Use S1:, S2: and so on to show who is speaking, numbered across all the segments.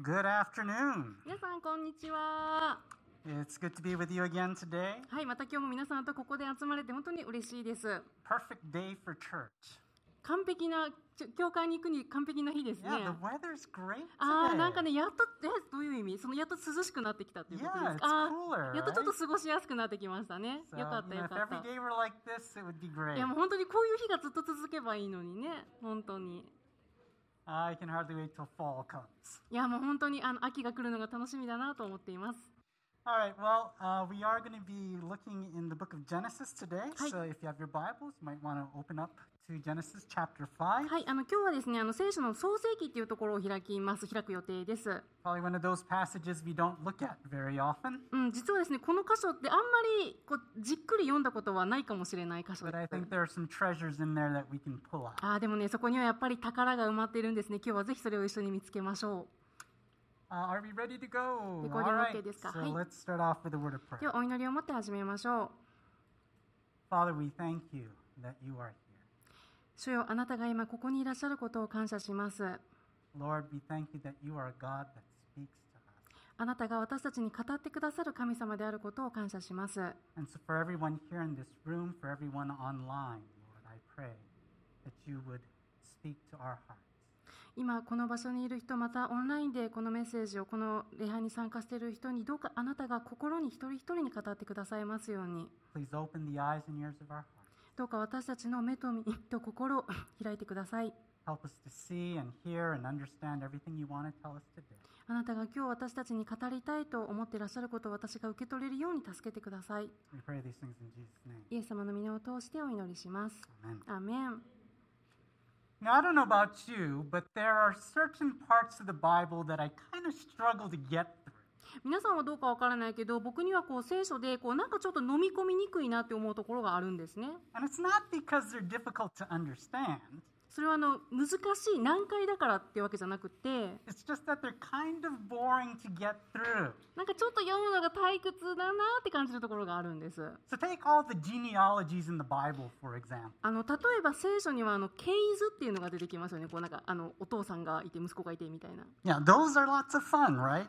S1: Good afternoon.
S2: 皆さんこんにちは。
S1: It's good to be with you again today.
S2: はい、また今日も皆さんとここで集まれて本当に嬉しいです。
S1: Perfect day for church.
S2: 完璧なちょ教会に行くに完璧な日ですね。
S1: Yeah, the weather's great today.
S2: ああ、なんかね、やっと、え、どういう意味その、やっと涼しくなってきたっていうことで
S1: Yeah,
S2: す
S1: it's
S2: か。あ
S1: cooler,
S2: ーやっとちょっと過ごしやすくなってきましたね。
S1: So,
S2: よか
S1: you
S2: った
S1: know,
S2: よ
S1: if
S2: かっ
S1: every
S2: た。
S1: day were like this, it would be great.
S2: いや、もう本当にこういう日がずっと続けばいいのにね。本当に。
S1: I can hardly wait till fall comes.
S2: いや、もう本当に、あの、秋が来るのが楽しみだなと思っています。
S1: All right, well, uh, we are going to be looking in the book of Genesis today.
S2: Hi.
S1: So if you have your Bibles, you might want to open up to Genesis chapter 5.
S2: はい、あの、今日はですね、あの、聖書の創世記っていうところを開きます。開く予定です。
S1: Probably one of those passages we don't look at very often,
S2: うん、実はですね、この箇所ってあんまり、こう、じっくり読んだことはないかもしれない箇所
S1: but
S2: で
S1: I
S2: す
S1: think。there are some treasures in there that we can pull out.
S2: ああ、でもね、そこにはやっぱり宝が埋まっているんですね。今日はぜひそれを一緒に見つけましょう。
S1: Uh, are we ready to go? All
S2: レコーディング
S1: right.
S2: オッケーですか？
S1: So
S2: はい。
S1: let's start off with a word of prayer.
S2: ではお祈りを持って始めましょう
S1: Father, we thank you that you are here.
S2: 主よあなたが今ここにいらっしゃることを感謝します
S1: Lord, we thank you that you are a God that speaks to us.
S2: あなたが私たちに語ってくださる神様であることを感謝します
S1: And so for everyone here in this room, for everyone online, Lord, I pray that you would speak to our hearts.
S2: 今この場所にいる人またオンラインでこのメッセージをこの礼拝に参加している人にどうかあなたが心に一人一人に語ってくださいますように
S1: Please open the eyes and ears of our hearts.
S2: どうか私たちの目と耳と心を 開いてください
S1: Help us to see and hear and understand everything you want to tell us today.
S2: あなたが今日私たちに語りたいと思っていらっしゃることを私が受け取れるように助けてください
S1: We pray these things in Jesus' name.
S2: イエス様の皆を通してお祈りします
S1: Amen.
S2: アーメン
S1: Now, I don't know about you, but there are certain parts of the Bible that I kind of struggle to get through.
S2: 皆さんはどうかわからないけど僕にはこう聖書でこうなんかちょっと飲み込みにくいなって思うところがあるんですね
S1: And it's not because they're difficult to understand,
S2: それはあの難しい難解だからってわけじゃなくて
S1: it's just that they're kind of boring to get through.
S2: なんかちょっと読むのが退屈だなって感じるところがあるんです
S1: So, take all the genealogies in the Bible, for example.
S2: あの例えば聖書にはあのケイズっていうのが出てきますよねこうなんかあのお父さんがいて息子がいてみたいな
S1: Yeah, those are lots of fun, right?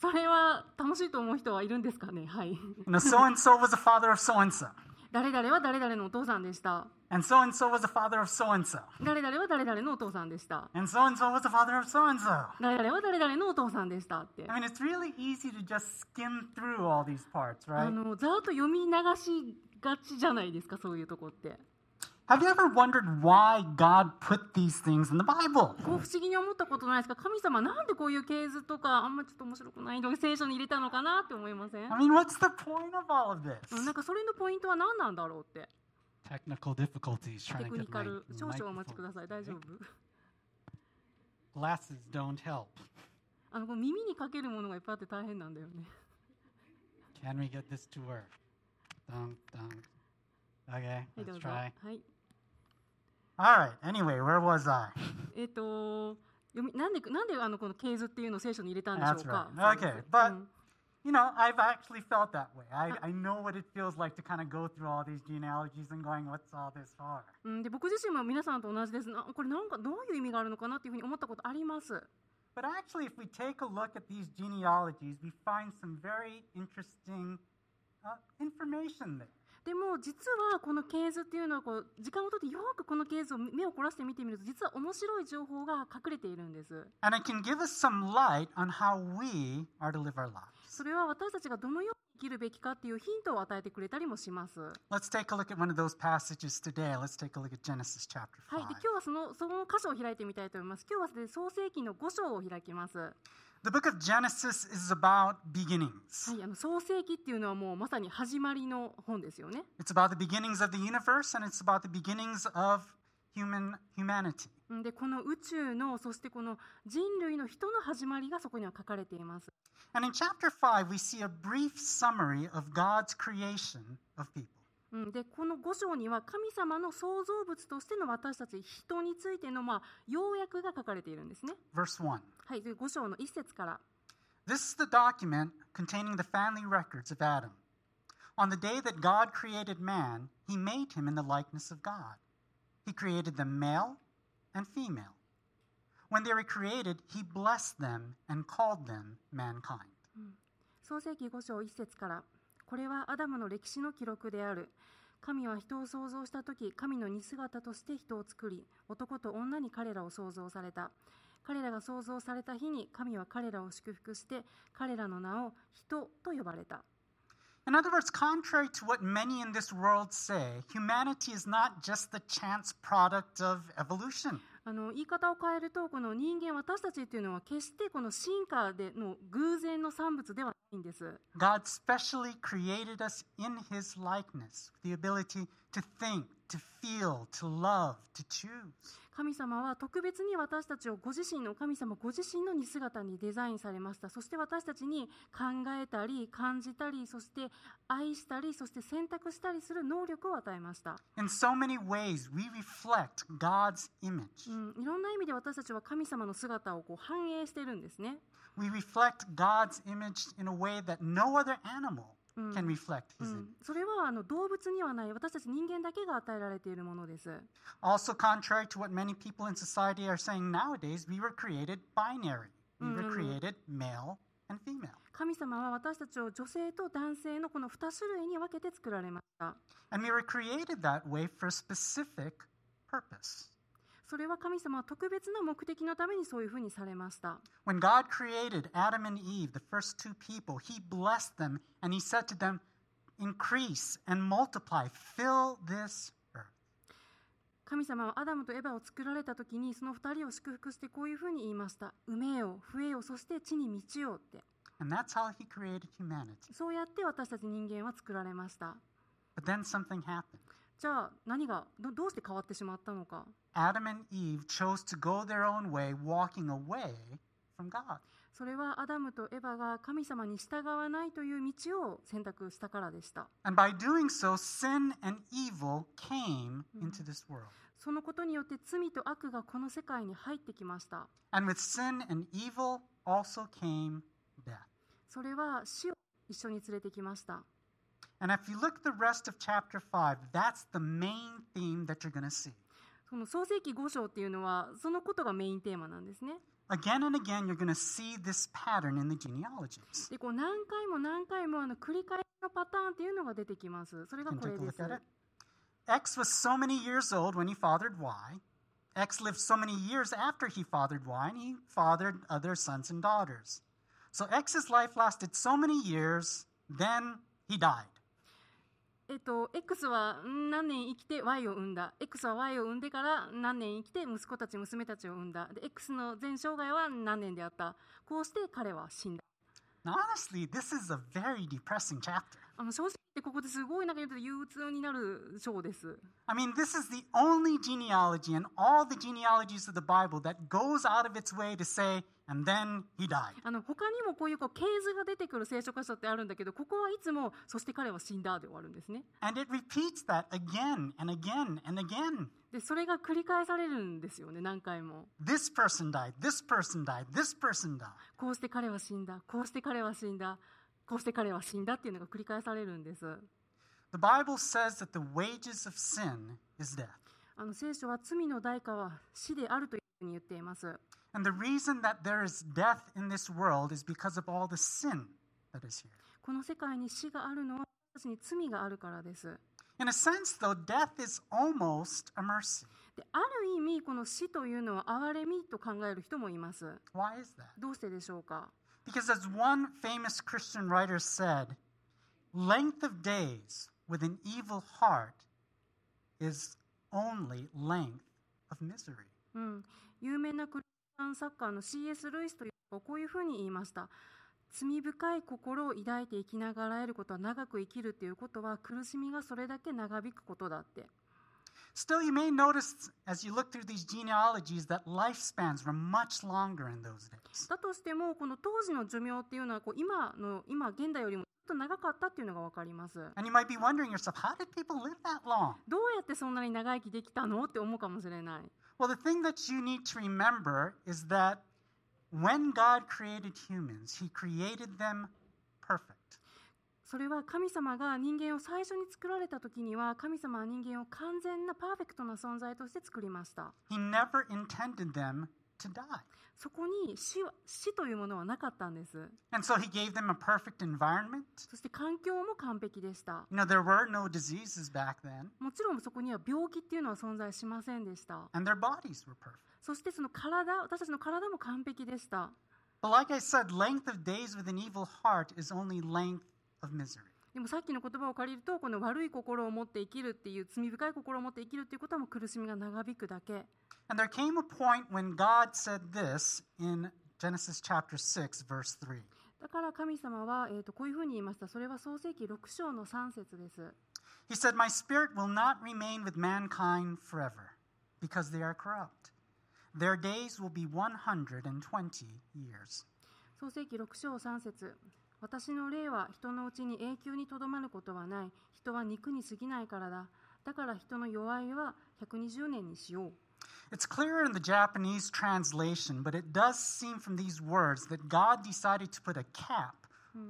S2: それは楽しいと思う人はいるんですかねはい
S1: You know, so and so was a father of so and so,
S2: 誰々は誰々のお父さんでした
S1: and so and so was a father of so and so,
S2: 誰々は誰々のお父さんでした。
S1: and so and so was a father of so and so.
S2: 誰々は誰々のお父さんでしたって。
S1: I mean, it's really easy to just skim through all these parts,
S2: あ
S1: right?
S2: の、ざーっと読み流しがちじゃないですか、そういうとこって。
S1: Have you ever wondered why God put these things in the Bible?
S2: こう不思議に思ったことないですか神様なんでこういう系図とかあんまちょっと面白くないの聖書に入れたのかなって思いません
S1: I mean, what's the point of all of
S2: うん
S1: this?
S2: なんかそれのポイントは何なんだろうって。
S1: Technical difficulties
S2: テ
S1: trying
S2: ク
S1: to
S2: ニ
S1: get
S2: カ
S1: my
S2: ル。少々お待ちください。大丈夫
S1: microphone. Glasses don't help.
S2: あの、こう耳にかけるものがいっぱいあって大変なんだよね。
S1: Can we get this to work? Dun, dun. Okay,
S2: はい、どう
S1: let's
S2: ぞ。
S1: try.
S2: はい。
S1: All right. Anyway, where was I?
S2: えっ、と、読みなんで、なんであの、この系図っていうのを聖書に入れたんでしょ
S1: That's
S2: うか
S1: right.
S2: そうで
S1: Okay,
S2: す
S1: but
S2: うん
S1: you know, I've actually felt that way. I, I know what it feels like to kind of go through all these genealogies and going, "What's all this for?"
S2: うん、で僕自身も皆さんと同じですなこれなんかどういう意味があるのかなっていうふうに思ったことあります
S1: But actually, if we take a look at these genealogies, we find some very interesting uh, information there.
S2: でも実はこの系図っていうのはこう時間をとってよくこの系図を目を凝らして見てみると実は面白い情報が隠れているんです
S1: And it can give us some light on how we are to live our lives.
S2: それは私たちがどのように生きるべきかっていうヒントを与えてくれたりもしますは
S1: Let's take a look at one of those passages today. Let's take a look at Genesis chapter
S2: い
S1: 5.
S2: で今日はそのその箇所を開いてみたいと思います今日は、ね、創世記の5章を開きますは
S1: The book of Genesis is about beginnings.
S2: いあの創世記っていうのはもうまさに始まりの本ですよね
S1: It's about the beginnings of the universe and it's about the beginnings of human humanity.
S2: うんでこの宇宙のそしてこの人類の人の始まりがそこには書かれています
S1: And in chapter 5, we see a brief summary of God's creation of people.
S2: うん、でこの5章には神様の創造物としての私たち人についてのまあ要約が書かれているんですね。
S1: Verse 1.
S2: はい、で5章の1節から。
S1: This is the document containing the family records of Adam. On the day that God created man, he made him in the likeness of God. He created them male and female. When they were created, he blessed them and called them mankind.
S2: 創世紀5章1節からこれはアダムの歴史の記録である神は人を創造した時神の似姿として人を作り男と女に彼らを創造された彼らが創造された日に神は彼らを祝福して彼らの名を人と呼ばれた
S1: In other words, contrary to what many in this world say, humanity is not just the chance product of evolution.
S2: あの言い方を変えるとこの人間私たちというのは決してこの進化での偶然の産物ではないんです
S1: God specially created us in his likeness, with the ability to think, to feel, to love, to choose.
S2: 神様は特別に私たちをご自身の神様ご自身の似姿にデザインされましたそして私たちに考えたり感じたりそして愛したりそして選択したりする能力を与えました、
S1: In so many ways, we reflect God's image.
S2: うん、いろんな意味で私たちは神様の姿をこう反映してるんですね
S1: We reflect God's image in a way that no other animal can reflect
S2: う
S1: his
S2: ん
S1: image.
S2: それはあの動物にはない私たち人間だけが与えられているものです
S1: Also, contrary to what many people in society are saying nowadays, we were created binary. We were
S2: Mm.
S1: created male and female.
S2: 神様は私たちを女性と男性のこの2種類に分けて作られました
S1: And we were created that way for a specific purpose.
S2: それは神様は特別な目的のためにそういうふうにされました
S1: When God created Adam and Eve, the first two people, he blessed them and he said to them, Increase and multiply, fill this earth.
S2: 神様はアダムとエバを作られた時にその2人を祝福してこういうふうに言いました「埋めよ増えよそして地に満ちよ」って
S1: And that's how he created humanity.
S2: そうやって私たち人間は作られました
S1: But then something happened.
S2: じゃあ何がどどうして変わってしまったのか
S1: Adam and Eve chose to go their own way, walking away from God.
S2: それはアダムとエバが神様に従わないという道を選択したからでした
S1: And by doing so, sin and evil came into this world.
S2: そのことによって罪と悪がこの世界に入ってきました
S1: And with sin and evil also came death.
S2: それは死を一緒に連れてきました
S1: And if you look at the rest of chapter 5, that's the main theme that you're going to see.
S2: その創世紀5章っていうのはそのことがメインテーマなんですね
S1: Again and again, you're going to see this pattern in the genealogies.
S2: でこう何回も何回もあの繰り返しのパターンっていうのが出てきます。それ
S1: You
S2: が
S1: can
S2: これ
S1: take a
S2: です
S1: look。at it. X was so many years old when he fathered Y. X lived so many years after he fathered Y, and he fathered other sons and daughters. So X's life lasted so many years, then he died.
S2: えっと、X はん何年生きて Y を産んだ。X は Y を産んでから何年生きて息子たち、娘たちを産んだ。で、X の全生涯は何年であった。こうして彼は死んだ。
S1: Now, honestly, this is a very depressing chapter.
S2: あの正直言ってここですごいなんか言うと憂鬱になる章です。
S1: I mean, this is the only genealogy in all the genealogies of the Bible that goes out of its way to say, and then he died.
S2: あの他にもこういうこう系図が出てくる聖書箇所ってあるんだけど、ここはいつも、そして彼は死んだで終わるんですね。
S1: And it repeats that again and again and again.
S2: で、それが繰り返されるんですよね、何回も。
S1: This person died, this person died, this person died.
S2: こうして彼は死んだ、こうして彼は死んだ、こうして彼は死んだっていうのが繰り返されるんです。
S1: The Bible says that the wages of sin is death.
S2: あの聖書は罪の代価は死であるというふうに言っています。
S1: And the reason that there is death in this world is because of all the sin that is here.
S2: この世界に死があるのは私たちに罪があるからです。
S1: In a sense, though, death is almost a mercy.
S2: である意味この死というのは憐れみと考える人もいます。
S1: Why is that?
S2: どうしてでしょうか
S1: Because, as one famous Christian writer said, length of days with an evil heart is only length of misery.
S2: うん、有名なクリスチャン作家の C.S. ルイスという人はこういうふうに言いました罪深い心を抱いて生きながらえることは長く生きるということは苦しみがそれだけ長引くことだって
S1: Still, you may notice as you look through these genealogies that lifespans were much longer in those days.
S2: だとしてもこの当時の寿命っていうのはこう今の今現代よりもちょっと長かったっていうのが分かります
S1: And you might be wondering yourself, how did people live that long?
S2: どうやってそんなに長生きできたのって思うかもしれない
S1: Well, the thing that you need to remember is that when God created humans, He created them perfect.
S2: それは神様が人間を最初に作られた時には神様は人間を完全なパーフェクトな存在として作りました
S1: He never intended them to die.
S2: そこに死は死というものはなかったんです
S1: And so he gave them a perfect environment.
S2: そして環境も完璧でした
S1: You know, there were no diseases back then,
S2: もちろんそこには病気っていうのは存在しませんでした
S1: and their bodies were perfect.
S2: そしてその体私たちの体も完璧でした
S1: But like I said, length of days with an evil heart is only length of misery.
S2: でもさっきの言葉を借りるとこの悪い心を持って生きるっていう罪深い心を持って生きるっていうことはもう苦しみが長引くだけ
S1: And there came a point when God said this in Genesis chapter 6, verse 3.
S2: だから神様は、えー、とこういうふうに言いましたそれは創世紀6章の3節です
S1: He said, My spirit will not remain with mankind forever because they are corrupt. Their days will be 120 years.
S2: 創世記6章3節私の霊は人のうちに永久にとどまることはない人は肉に過ぎないからだだから人の弱いは120年にしよう
S1: It's clearer in the Japanese translation, but it does seem from these words that God decided to put a cap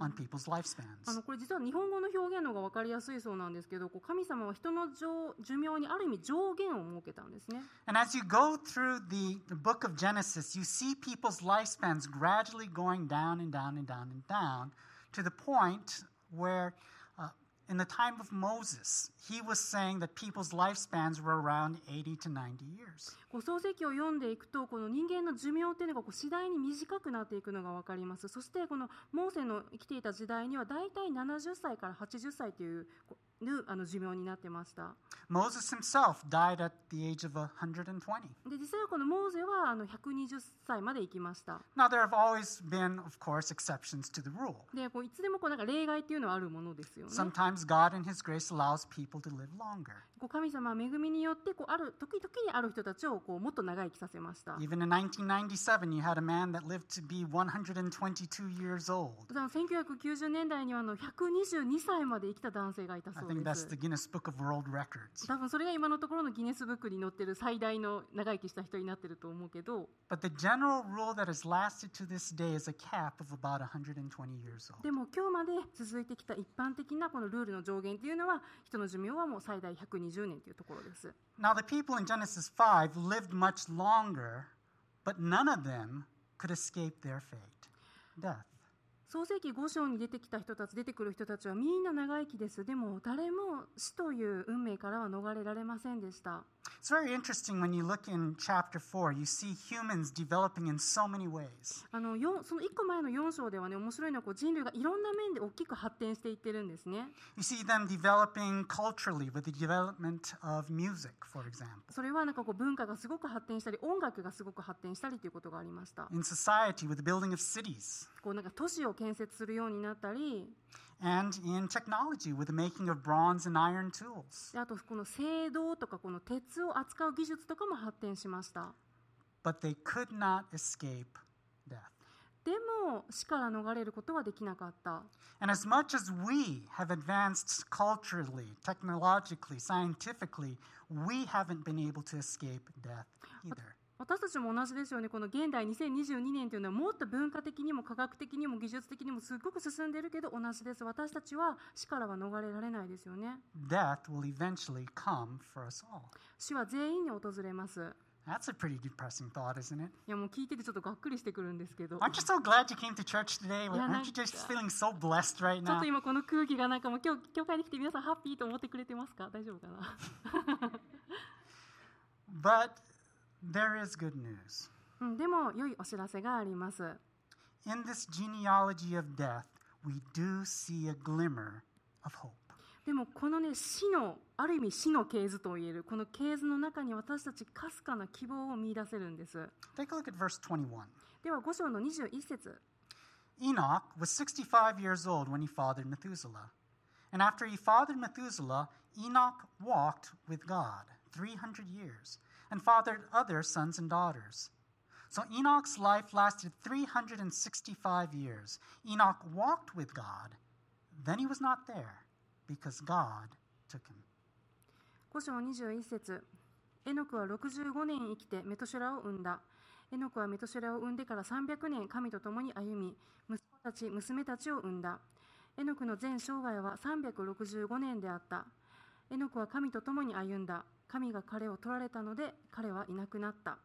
S1: on people's
S2: あ
S1: lifespans.
S2: のこれ実は日本語の表現の方が分かりやすいそうなんですけどこう神様は人の上寿命にある意味上限を設けたんですね
S1: And as you go through the, the book of Genesis, you see people's lifespans gradually going down and down and down and down to the point where, uh, in the time of Moses, he was saying that people's lifespans were around 80 to 90 years.
S2: こう創世記を読んでいくとこの人間の寿命っていうのがこう次第に短くなっていくのが分かりますそしてこのモーセの生きていた時代には大体70歳から80歳というこうぬあの寿命になってました
S1: Moses himself died at the age of 120.
S2: で実際はこのモーゼはあの120歳まで生きました。
S1: Now, there have always been, of course, exceptions to the rule.
S2: でこういつでもこうなんか例外っていうのはあるものですよね。
S1: Sometimes God, in His grace, allows people to live longer.
S2: こう神様は恵みによってこうある時々にある人たちをこうもっと長生きさせました。
S1: Even in 1997, you had a man that lived to be 122 years old.
S2: だから1990年代にはあの122歳まで生きた男性がいた
S1: I
S2: そう
S1: think
S2: で
S1: that's
S2: す
S1: the。Guinness Book of World Records.
S2: 多分それが今のところのギネスブックに載ってる最大の長生きした人になってると思うけど
S1: But the general rule that has lasted to this day is a cap of about 120 years old.
S2: でも今日まで続いてきた一般的なこのルールの上限っていうのは人の寿命はもう最大120年というところです
S1: Now, the people in Genesis 5 lived much longer, but none of them could escape their fate death.
S2: 創世紀5章に出てきた人たち出てくる人たちはみんな長生きですでも誰も死という運命からは逃れられませんでした
S1: It's very interesting when you look in chapter 4, you see humans developing in so many ways.
S2: あのよんその1個前の4章ではね面白いのはこう人類がいろんな面で大きく発展していってるんですね
S1: You see them developing culturally with the development of music, for example.
S2: それはなんかこう文化がすごく発展したり音楽がすごく発展したりということがありました
S1: In society, with the building of cities,
S2: こうなんか都市を建設するようになったり
S1: and in technology, with the making of bronze and iron tools.
S2: であとこの青銅とかこの鉄を扱う技術とかも発展しました
S1: But they could not escape death.
S2: でも死から逃れることはできなかった
S1: And as much as we have advanced culturally, technologically, scientifically, we haven't been able to escape death either.
S2: 私たちも同じですよね、この現代2022年というのは、もっと文化的にも科学的にも技術的にもすごく進んでいるけど、同じです、私たちは死からは逃れられないですよね、
S1: Death will eventually come for us all.
S2: 死は全員に訪れます。
S1: That's a pretty depressing thought, isn't it?
S2: いやもう聞いててちょっとがっくりしてくるんですけど、ち
S1: Aren't
S2: ょ
S1: you so glad you came to church today?
S2: Yeah,
S1: Aren't you
S2: like-
S1: just feeling so blessed right
S2: っ
S1: now?
S2: と今この空気がなんかもう今日教会に来て皆さんハッピーと思ってくれてますか大丈夫かな
S1: But there is good news.
S2: うん、でも良いお知らせがあります。
S1: In this genealogy of death, we do see a glimmer of hope.
S2: でもこのね死のある意味死の系図と言えるこの系図の中に私たちかすかな希望を見出せるんです
S1: Take a look at verse 21.
S2: では5章の21節
S1: Enoch was 65 years old when he fathered Methuselah. And after he fathered Methuselah, Enoch walked with God 300 years and fathered other sons and daughters. So Enoch's life lasted 365 years. Enoch walked with God. Then he was not there because God took him.
S2: 5章21節エノクは65年生きてメトシュラを産んだエノクはメトシュラを産んでから300年神と共に歩み息子たち娘たちを産んだエノクの全生涯は365年であったエノクは神と共に歩んだ神が彼を取られたので彼はいなくなった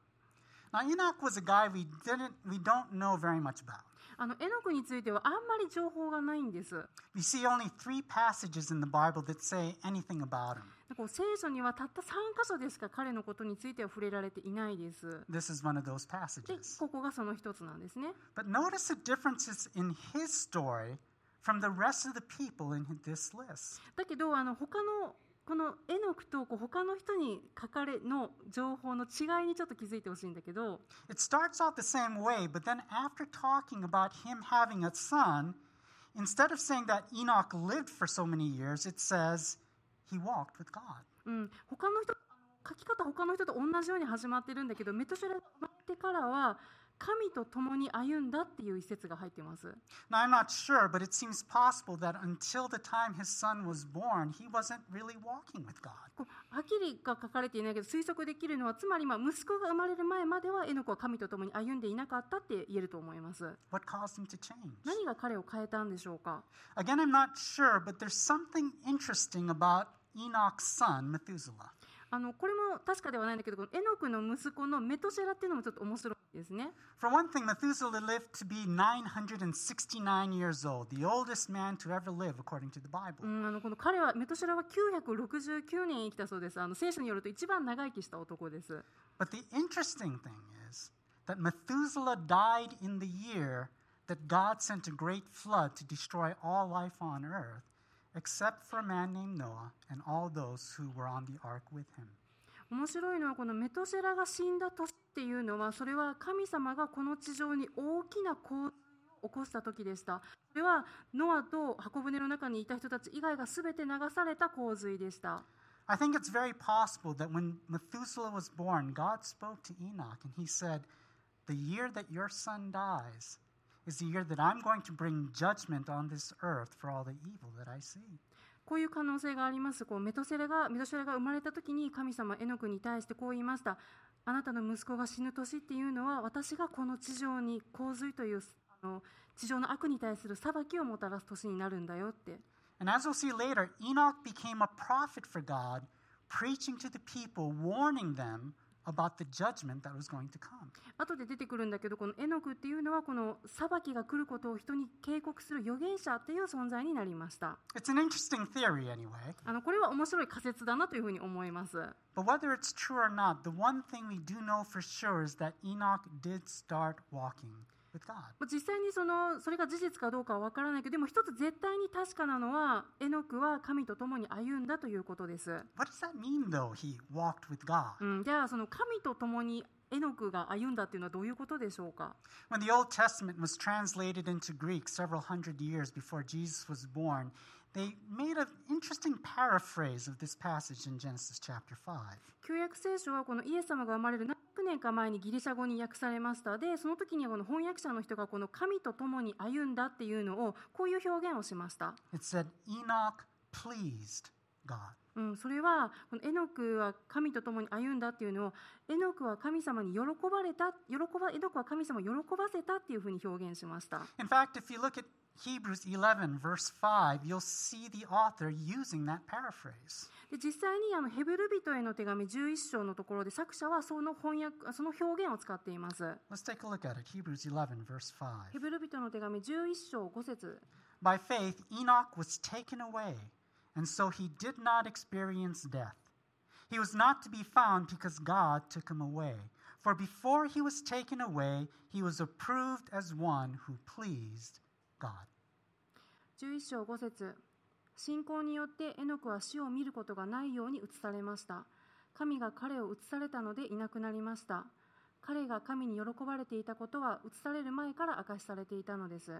S1: Now, Enoch was a guy we, didn't, we don't know very much about.
S2: あのエノクについてはあんまり情報がないんですなんか
S1: We see only three passages in the Bible that say anything about him.
S2: こう聖書にはたった3箇所でしか彼のことについては触れられていないです。
S1: This is one of those
S2: で
S1: passages.
S2: ここがその一つなんですね。
S1: But notice the differences in his story from the rest of the people in this list.
S2: だけどあの他のこのエノクとこう他の人に書かれの情報の違いにちょっと気づいてほしいんだけど
S1: It starts out the same way, but then after talking about him having a son, instead of saying that Enoch lived for so many years, it says he walked with God.
S2: うん、他の人あの書き方他の人と同じように始まってるんだけどメトシュレが生まれてからは神と共に歩んだっていう一節が入ってます。
S1: Now, I'm not sure, but it seems possible that until the time his son was born, he wasn't really walking with God.
S2: こうはっきりが書かれていないけど推測できるのはつまりまあ息子が生まれる前まではエノクは神と共に歩んでいなかったって言えると思います
S1: What caused him to change?
S2: 何が彼を変えたんでしょうか
S1: Again, I'm not sure, but there's something interesting about Enoch's son, Methuselah.
S2: あのこれも確かではないんだけどこのエノクの息子のメトシェラっていうのもちょっと面白いですね
S1: For one thing, Methuselah lived to be 969 years old, the oldest man to ever live, according to the
S2: う
S1: Bible.
S2: んあのこの彼はメトシェラは969年生きたそうですあの聖書によると一番長生きした男です
S1: But the interesting thing is that Methuselah died in the year that God sent a great flood to destroy all life on earth, except for a man named Noah and all those who were on the ark with him.
S2: 面白いのはこのメトシェラが死んだ年っていうのはそれは神様がこの地上に大きな洪水を起こした時でしたそれはノアと箱舟の中にいた人たち以外が全て流された洪水でした
S1: I think it's very possible that when Methuselah was born, God spoke to Enoch and he said, The year that your son dies is the year that I'm going to bring judgment on this earth for all the evil that I see.
S2: こういう可能性がありますこうメトシェラがメトシェラが生まれた時に神様エノクに対してこう言いましたあなたの息子が死ぬ年っていうのは私がこの地上に洪水というあの地上の悪に対する裁きをもたらす年になるんだよって
S1: And as we'll see later, Enoch became a prophet for God, preaching to the people, warning them about the judgment that was going to come.
S2: 後で出てくるんだけどこのエノクっていうのはこの裁きが来ることを人に警告する預言者っていう存在になりました
S1: It's an interesting theory, anyway.
S2: あのこれは面白い仮説だなというふうに思います
S1: But whether it's true or not, the one thing we do know for sure is that Enoch did start walking with God.
S2: まあ実際にそのそれが事実かどうかは分からないけどでも一つ絶対に確かなのはエノクは神と共に歩んだということです、
S1: What does that mean, though? He walked with God.
S2: うん、じゃあその神と共にエノクが歩んだっていうのはどういうことでしょうか
S1: When the Old Testament was translated into Greek several hundred years before Jesus was born, they made an interesting paraphrase of this passage in Genesis chapter 5.
S2: 旧約聖書はこのイエス様が生まれる何百年か前にギリシャ語に訳されましたでその時にはこの翻訳者の人がこの神と共に歩んだっていうのをこういう表現をしました、
S1: It said, Enoch pleased God.
S2: うん、それはこのエノクは神と共に歩んだっていうのをエノクは神様に喜ばれた喜ばエノクは神様を喜ばせたっていうふうに表現しました
S1: In fact, if you look at Hebrews 11, verse 5, you'll see the author using that paraphrase.
S2: で実際にあのヘブル人への手紙11章のところで作者はその翻訳その表現を使っています
S1: Let's take a look at it. Hebrews 11, verse 5.
S2: ヘブル人の手紙11章5節
S1: By faith, Enoch was taken away, and so he did not experience death. He was not to be found because God took him away. For before he was taken away, he was approved as one who pleased God.
S2: 11章5節信仰によってエノクは死を見ることがないように移されました神が彼を移されたのでいなくなりました彼が神に喜ばれていたことは移される前から明かしされていたのです、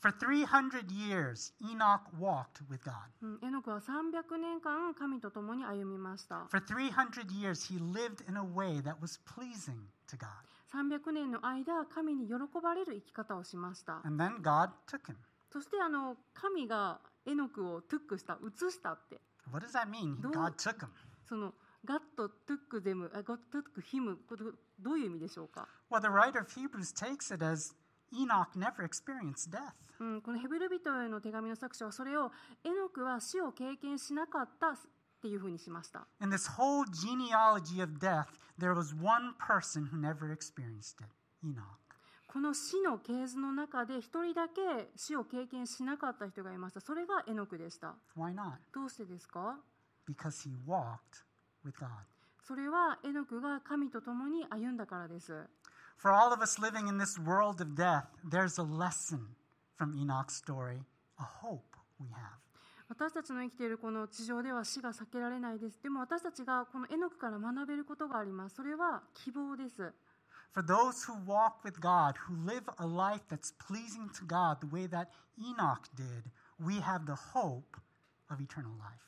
S1: For 300 years, Enoch walked with God.
S2: うん、エノクは300年間神と共に歩みました
S1: For 300 years, he lived in a way that was pleasing to God.
S2: 300年の間神に喜ばれる生き方をしました
S1: And then God took him.
S2: そしてあの神がエノクをトゥックした移したって
S1: What does that mean?
S2: Don't-
S1: God took him.
S2: そのガットトゥックゼムあガットトゥックヒムこれどういう意味でしょうか
S1: Well, the writer of Hebrews takes it as Enoch never experienced death.
S2: うん、このヘブル人への手紙の作者はそれをエノクは死を経験しなかったってっていうふうにしました。
S1: In this whole genealogy of death, there was one person who never experienced it Enoch.
S2: この死の系図の中で一人だけ死を経験しなかった人がいました。それがエノクでした。
S1: Why not?
S2: どうしてですか
S1: Because he walked with God.
S2: それはエノクが神と共に歩んだからです。
S1: For all of us living in this world of death, there's a lesson from Enoch's story, a hope we have.
S2: 私たちの生きているこの地上では死が避けられないです。でも私たちがこのエノクから学べることがあります。それは希望です。
S1: For those who walk with God, who live a life that's pleasing to God the way that Enoch did, we have the hope of eternal life.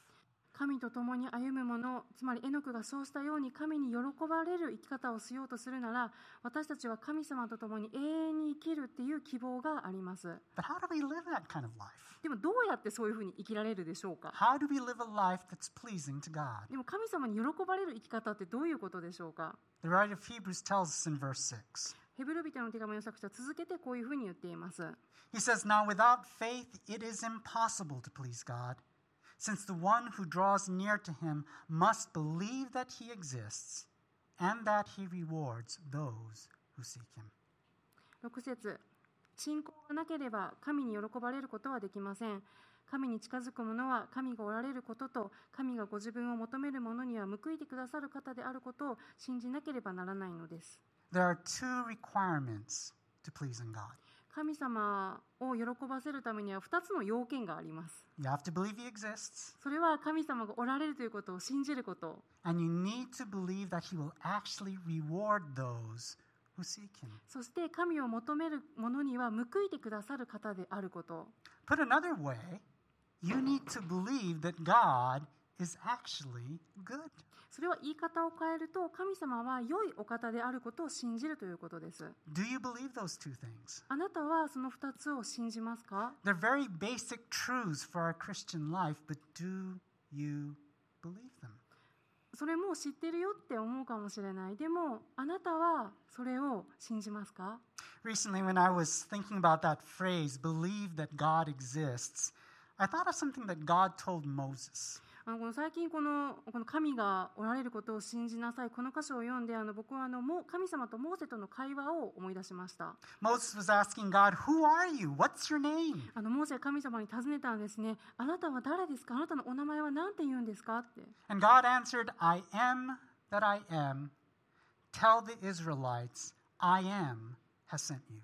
S2: 神と共に歩む者、つまりエノクがそうしたように神に喜ばれる生き方をしようとするなら、私たちは神様と共に永遠に生きるっていう希望があります。
S1: But how do we live that kind of life?
S2: でもどうやってそういうふうに生きられるでしょうか
S1: How do we live a life that's pleasing to God?
S2: でも神様に喜ばれる生き方ってどういうことでしょうか
S1: The writer of Hebrews tells us in verse 6.
S2: ヘブル人の手紙の作者は続けてこういうふうに言っています。
S1: He says, Now without faith it is impossible to please God, since the one who draws near to him must believe that he exists and that he rewards those who seek him.
S2: 6節信仰がなければ神に喜ばれることはできません。神に近づく者は神がおられることと神がご自分を求める者には報いてくださる方であることを信じなければならないのです。
S1: There are two requirements to pleasing God
S2: 神様を喜ばせるためには2つの要件があります。
S1: you have to believe he exists,
S2: それは神様がおられるということを信じること。
S1: and you need to believe that he will actually reward those who seek him.
S2: そして神を求める者には報いてくださる方であること。
S1: Put another way, you need to believe that God is actually good.
S2: それは言い方を変えると神様は良いお方であることを信じるということです。
S1: Do you believe those two things?
S2: あなたはその2つを信じますか
S1: They're very basic truths for our Christian life, but do you believe them?
S2: それもう知ってるよって思うかもしれない。でもあなたはそれを信じますか
S1: Recently, when I was thinking about that phrase, believe that God exists, I thought of something that God told Moses.
S2: あのこの最近このこの神がおられることを信じなさいこの箇所を読んであの僕はあのもう神様とモーセとの会話を思い出しました。
S1: Moses was asking God, Who are you? What's your name?
S2: あのモーセは神様に尋ねたんですね。あなたは誰ですかあなたのお名前は何て言うんですかって。
S1: And God answered, I am that I am. Tell the Israelites, I am has sent you.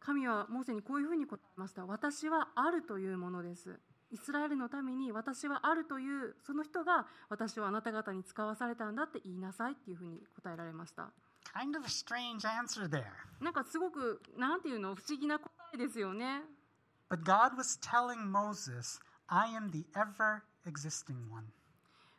S2: 神はモーセにこういうふうに答えました。私はあるというものです。イスラエルのために私はあるというその人が私をあなた方に使わされたんだって言いなさいっていうふうに答えられました。
S1: Kind of a strange answer there.
S2: なんかすごくなんていうの不思議な答えですよね。
S1: But God was telling Moses, I am the ever existing one.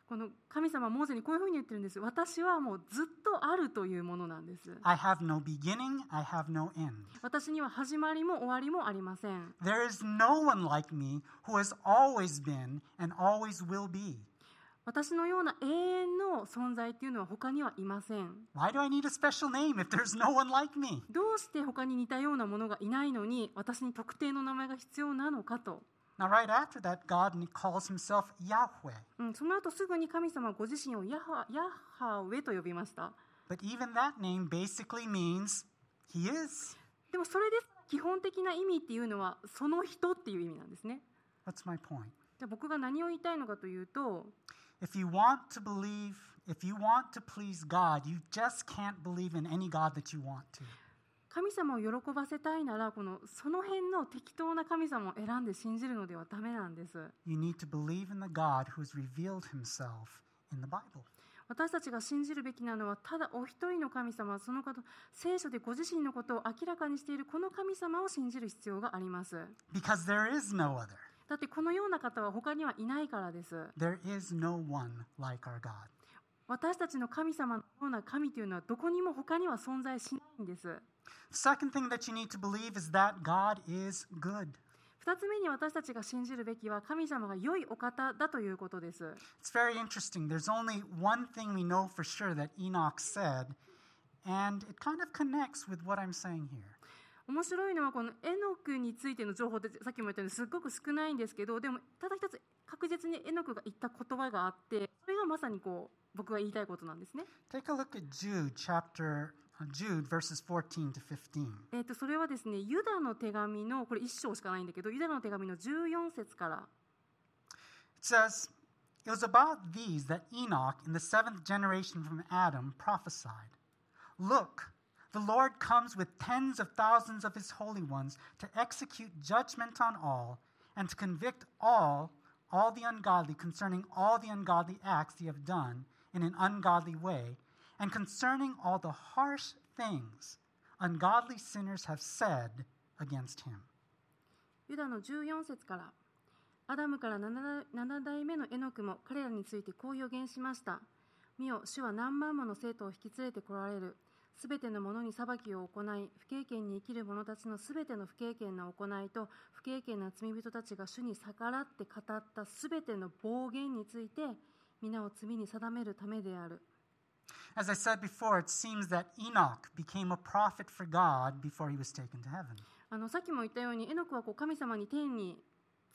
S2: この神様はモーセにこういうふうに言ってるんです。私はもうずっとあるというものなんです。
S1: I have no beginning, I have no end.
S2: 私には始まりも終わりもありません。
S1: There is no one like me who has always been and always will be.
S2: 私のような永遠の存在っていうのは他にはいません。
S1: Why do I need a special name if there's no one like me?
S2: どうして他に似たようなものがいないのに私に特定の名前が必要なのかと、
S1: Now, right after that, God calls himself Yahweh.
S2: うん、その後すぐに神様はご自身をヤハヤハウェと呼びました
S1: But even that name basically means He is.
S2: でもそれです基本的な意味っていうのはその人っていう意味なんですね
S1: That's my point.
S2: じゃあ僕が何を言いたいのかというと
S1: If you want to believe, if you want to please God, you just can't believe in any God that you want to.
S2: 神様を喜ばせたいならこのその辺の適当な神様を選んで信じるのではダメなんです
S1: You need to believe in the God who has revealed himself in the Bible.
S2: 私たちが信じるべきなのはただお一人の神様その方聖書でご自身のことを明らかにしているこの神様を信じる必要があります
S1: Because there is no other.
S2: だってこのような方は他にはいないからです
S1: There is no one like our God.
S2: 私たちの神様のような神というのはどこにも他には存在しないんです
S1: Second thing that you need to believe is that God is good.
S2: 2つ目に私たちが信じるべきは神様が良いお方だということです
S1: It's very interesting. There's only one thing we know for sure that Enoch said, and it kind of connects with what I'm saying here.
S2: 面白いのはこのエノクについての情報ってさっきも言ったようにすっごく少ないんですけどでもただ一つ確実にエノクが言った言葉があってそれがまさにこう僕が言いたいことなんですね。
S1: Take a look at Jude chapter uh, Jude verses 14 to 15.
S2: えー、とそれはですねユダの手紙のこれ1章しかないんだけどユダの手紙の14節から
S1: It says, It was about these that Enoch, in the seventh generation from Adam, prophesied Look, the Lord comes with tens of thousands of his holy ones to execute judgment on all and to convict all, all the ungodly, concerning all the ungodly acts they have done in an ungodly way, and concerning all the harsh things ungodly sinners have said against him.
S2: ユダの14節からアダムから 7, 7代目のエノクも彼らについてこう予言しました見よ主は何万もの生徒を引き連れてこられるすべての者に裁きを行い不経験に生きる者たちのすべての不経験な行いと不経験な罪人たちが主に逆らって語ったすべての暴言について皆を罪に定めるためである
S1: As I said before, it seems that Enoch became a prophet for God before he was taken to heaven.
S2: あのさっきも言ったようにエノクはこう神様に天に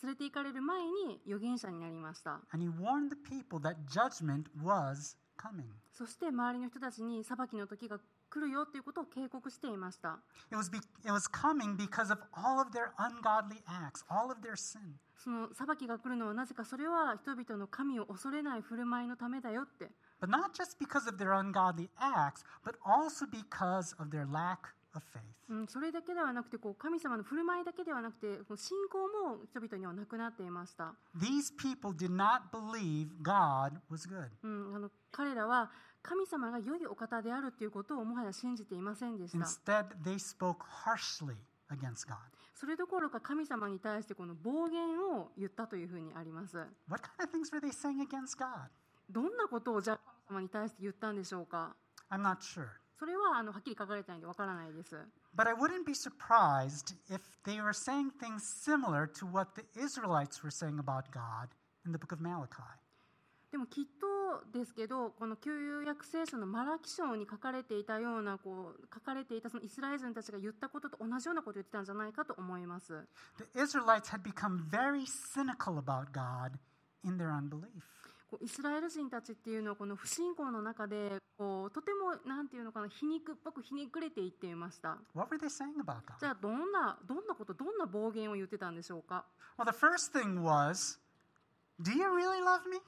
S2: 連れて行かれる前に預言者になりました
S1: And he warned the people that judgment was coming.
S2: そして周りの人たちに裁きの時が来るよということを警告していました。
S1: It was, be- it was coming because of all of their ungodly acts, all of their sin.
S2: その裁きが来るのはなぜかそれは人々の神を恐れない振る舞いのためだよって
S1: But not just because of their ungodly acts, but also because of their lack of faith.
S2: うん、それだけではなくてこう神様の振る舞いだけではなくてこう信仰も人々にはなくなっていました、
S1: These people did not believe God was good.
S2: うん、あの彼らは神様が良いお方であるということをもはや信じていませんでした
S1: Instead, they spoke harshly against God.
S2: それどころか神様に対してこの暴言を言ったというふうにあります
S1: What kind of things were they saying against God?
S2: どんなことをじゃあ神様に対して言ったんでしょうか
S1: I'm not sure.
S2: それはあのはっきり書かれてないんでわからないです
S1: But I wouldn't be surprised if they were saying things similar to what the Israelites were saying about God in the book of Malachi.
S2: でもきっとですけどこの旧約聖書のマラキ書に書かれていたようなこう書かれていたそのイスラエル人たちが言ったことと同じようなことを言ってたんじゃないかと思います
S1: The Israelites had become very cynical about God in their unbelief.
S2: こうイスラエル人たちっていうのはこの不信仰の中でこうとてもなんていうのかな皮肉っぽくひねくれていっていました
S1: What were they saying about
S2: じ
S1: God?
S2: ゃあどんなどんなことどんな暴言を言ってたんでしょうか
S1: Well, the first thing was Do you really love me?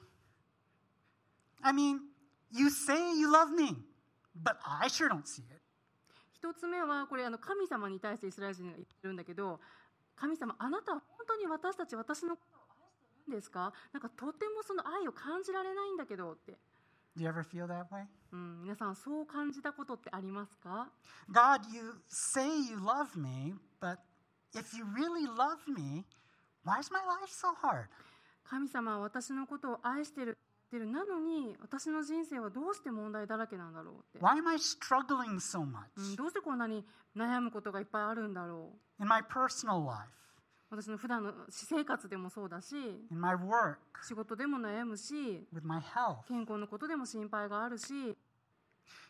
S1: I mean, you say you love me, but I sure don't see it.
S2: 一つ目はこれあの神様に対してイスラエル人が言ってるんだけど神様あなたは本当に私たち私のことを愛してるんですかなんかとてもその愛を感じられないんだけどって、
S1: Do you ever feel that way?
S2: うん、皆さんそう感じたことってありますか
S1: God, you say you love me, but if you really love me, why is my life so hard?
S2: 神様は私のことを愛してるってるなのに私の人生はどうして問題だらけなんだろうって、
S1: Why am I struggling so
S2: うん、
S1: much
S2: どうしてこんなに悩むことがいっぱいあるんだろう
S1: in my personal life,
S2: 私の普段の私生活でもそうだし
S1: in my work,
S2: 仕事でも悩むし
S1: with my health?
S2: 健康のことでも心配があるし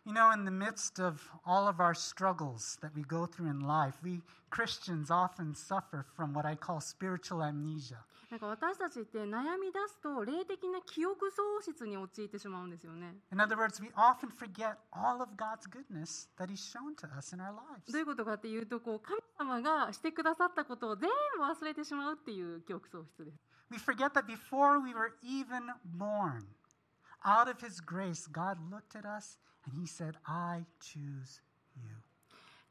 S1: You know, in the midst of all of our struggles that we go through in life, we Christians often suffer from what I call spiritual amnesia.
S2: なんか私たちって悩み出すと霊的な記憶喪失に陥ってしまうんですよね。
S1: In other words, we often forget all of God's goodness that He's shown to us in our
S2: ど
S1: lives.
S2: ういうことかっていうとこう神様がしてくださったことを全部忘れてしまうっていう記憶喪失です。
S1: We forget that before we were even born, out of His grace, God looked at us and He said, I choose you.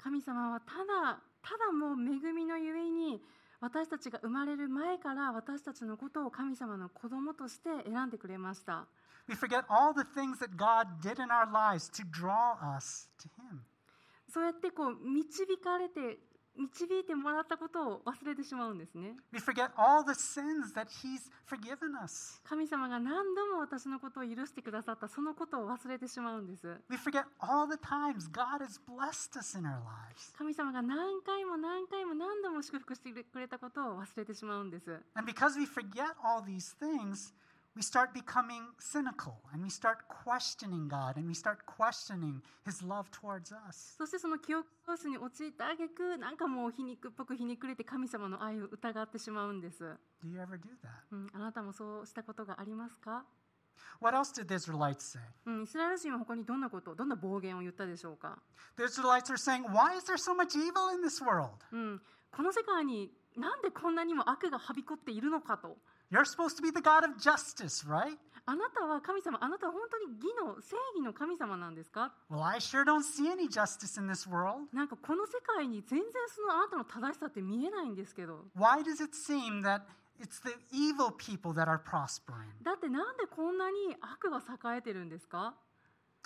S2: 神様はただただもう恵みのゆえに私たちが生まれる前から私たちのことを神様の子供として選んでくれました。
S1: We forget all the things that God did in our lives to draw us to Him.
S2: そうやってこう導かれて導いてもらったことを忘れてしまうんですね。
S1: We forget all the sins that He's forgiven us.
S2: 神様が何度も私のことを許してくださったそのことを忘れてしまうんです。
S1: We forget all the times God has blessed us in our lives.
S2: 神様が何回も何回も何度も祝福してくれたことを忘れてしまうんです
S1: And because we forget all these things, we start becoming cynical and we start questioning God and we start questioning His love towards us.
S2: そしてその記憶ロスに陥った挙句なんかもう皮肉っぽく皮肉れて神様の愛を疑ってしまうんです、
S1: Do you ever do that?
S2: うん、あなたもそうしたことがありますか、
S1: What else did the Israelites say?
S2: うん、イスラエル人は他にどんなことどんな暴言を言ったでしょうか、
S1: The Israelites are saying, Why is there so much evil in this world?
S2: うん、この世界になんでこんなにも悪がはびこっているのかと
S1: You're supposed to be the God of justice, right?
S2: あなたは神様あなたは本当に義の正義の神様なんですか
S1: Well, I sure don't see any justice in this world.
S2: なんかこの世界に全然そのあなたの正しさって見えないんですけど
S1: Why does it seem that it's the evil people that are prospering?
S2: だってなんでこんなに悪が栄えてるんですか、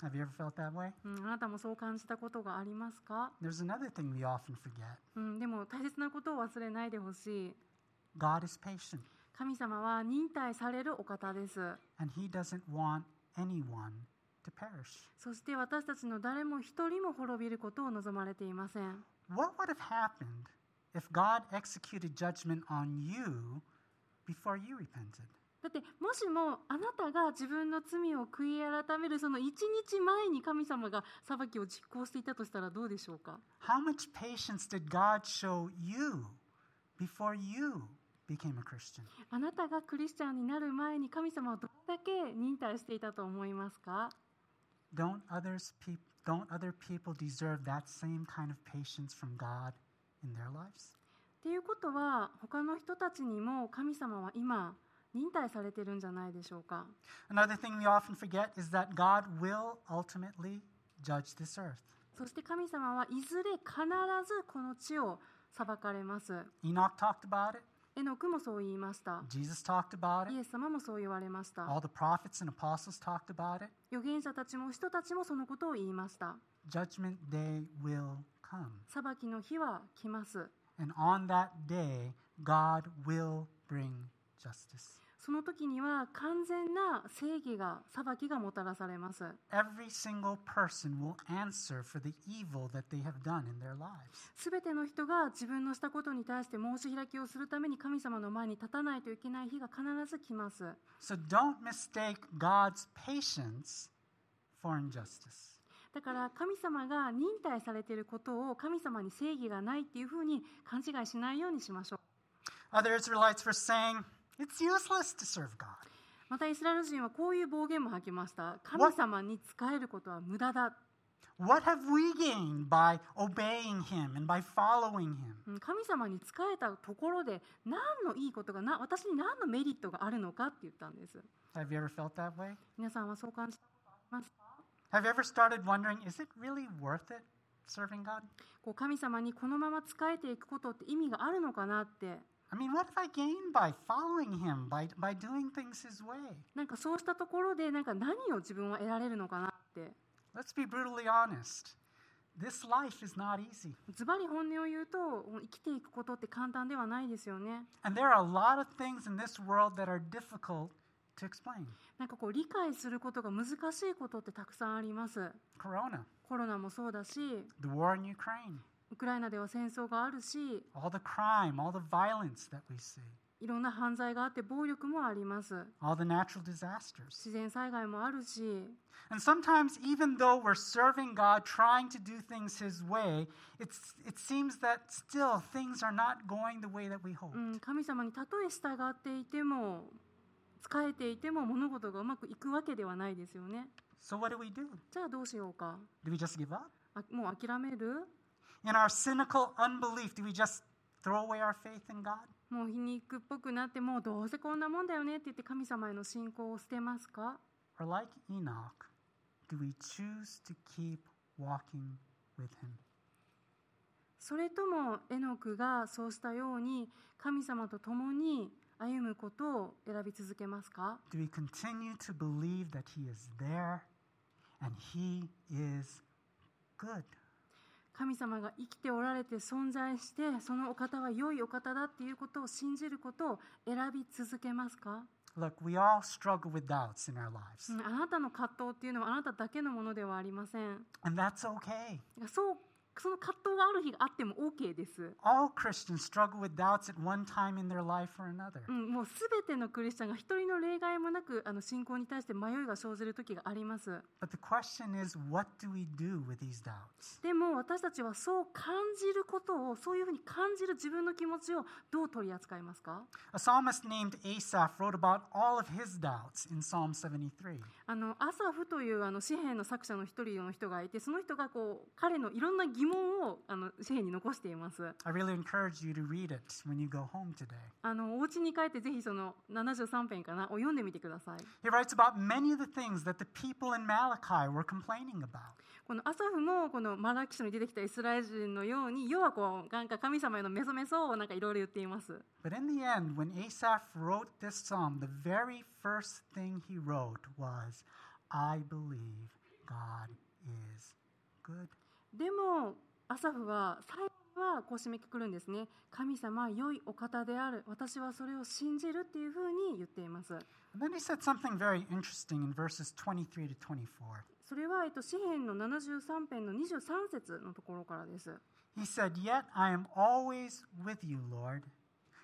S1: Have you ever felt that way?
S2: うん、あなたもそう感じたことがありますか、
S1: There's another thing we often forget
S2: うん、でも大切なことを忘れないでほしい
S1: God is patient,
S2: 神様は忍耐されるお方です
S1: and He doesn't want anyone to perish.
S2: そして私たちの誰も一人も滅びることを望まれていません
S1: What would have happened if God executed judgment on you before you repented?
S2: だってもしもあなたが自分の罪を悔い改めるその1日前に神様が裁きを実行していたとしたらどうでしょうか
S1: How much patience did God show you before you became a Christian?
S2: あなたがクリスチャンになる前に神様はどれだけ忍耐していたと思いますか
S1: Don't others peop don't other people deserve that same kind of patience from God in their lives?
S2: っていうことは他の人たちにも神様は今忍耐されてるんじゃないでしょうか
S1: Another thing we often forget is that God will ultimately judge this earth.
S2: そして神様はいずれ必ずこの地を裁かれます
S1: Enoch talked about it.
S2: エノクもそう言いました
S1: Jesus talked about it.
S2: イエス様もそう言われました
S1: All the prophets and apostles talked about it.
S2: 預言者たちも人たちもそのことを言いました
S1: Judgment day will come.
S2: 裁きの日は来ます
S1: And on that day, God will bring justice.
S2: その時には完全な正義が裁きがもたらされます
S1: Every single person will answer for the evil that they have done in their lives.
S2: すべての人が自分のしたことに対して申し開きをするために神様の前に立たないといけない日が必ず来ます。
S1: So don't mistake God's patience for injustice.
S2: だから神様が忍耐されていることを神様に正義がないっていうふうに勘違いしないようにしましょう。
S1: Other Israelites were saying, it's useless to serve God.
S2: またイスラエル人はこういう暴言も吐きました。神様に仕えることは無駄だ。
S1: What have we gained by obeying Him and by following Him?
S2: うん神様に仕えたところで何のいいことがな、私に何のメリットがあるのかって言ったんです。
S1: Have you ever felt that way?
S2: 皆さんはそう感じたことありますか
S1: Have you ever started wondering, is it really worth it serving God?
S2: こう神様にこのまま仕えていくことって意味があるのかなって
S1: I mean, what have I gained by following Him, by, by doing things His way?
S2: なんかそうしたところでなんか何を自分は得られるのかなって
S1: Let's be brutally honest. This life is not easy.
S2: ズバリ本音を言うと生きていくことって簡単ではないですよね
S1: And there are a lot of things in this world that are difficult to explain.
S2: なんかこう理解することが難しいことってたくさんあります
S1: Corona,
S2: コロナもそうだし
S1: the war in Ukraine,
S2: ウクライナでは戦争があるし
S1: all the crime, all the violence that we see,
S2: いろんな犯罪があって暴力もあります
S1: all the natural disasters.
S2: 自然災害もあるし
S1: And sometimes, even though we're serving God, trying to do things His way, it's, it seems that still things are not going the way that we
S2: う
S1: hoped.
S2: ん、神様にたとえ従っていても仕えていても物事がうまくいくわけではないですよね
S1: So, what do we do?
S2: じゃあどうしようか
S1: Do we just give up?
S2: あもう諦める
S1: In our cynical unbelief, do we just throw away our faith in God?
S2: もう皮肉っぽくなってもうどうせこんなもんだよねって言って神様への信仰を捨てますか
S1: Or, like Enoch, do we choose to keep walking with Him?
S2: それともエノクがそうしたように神様と共に歩むことを選び続けますか
S1: Do we continue to believe that He is there and He is good?
S2: 神様が生きておられて存在してそのお方は良いお方だっていうことを信じることを選び続けますか
S1: Look, we all struggle with doubts in our lives,
S2: Mm. うんあなたの葛藤っていうのはあなただけのものではありません。
S1: and that's okay.
S2: そうその葛藤がある日があっても OK です、
S1: All Christians struggle with doubts at one time in their life or another.
S2: うん、もうすべてのクリスチャンが一人の例外もなくあの信仰に対して迷いが生じる時があります
S1: But the question is, what do we do with these doubts?
S2: でも私たちはそう感じることをそういうふうに感じる自分の気持ちをどう取り扱いますか
S1: A psalmist named Asaph wrote about all of his doubts in Psalm 73.
S2: あのアサフというあの詩篇の作者の一人の人がいてその人がこう彼のいろんな疑問をあの詩篇に残しています。
S1: I really encourage you to read it when you go home today.
S2: あのお家に帰ってぜひその73編かなを読んでみてください。
S1: He writes about many of the things that the people in Malachi were complaining about.
S2: このアサフもこのマラキ書に出てきたイスラエル人のように要はこうなんか神様へのメソメソをなんかいろいろ言っています。
S1: But in the end, when Asaph wrote this psalm, the very first thing he wrote was, I believe God is good.
S2: でもアサフは最後はこう締めくくるんですね。神様は良いお方である。私はそれを信じるっていうふうに言っています。
S1: And then he said something very interesting in verses 23 to 24.
S2: それは、えっと、詩篇の73編の23節のところからです。
S1: He said, Yet I am always with you, Lord.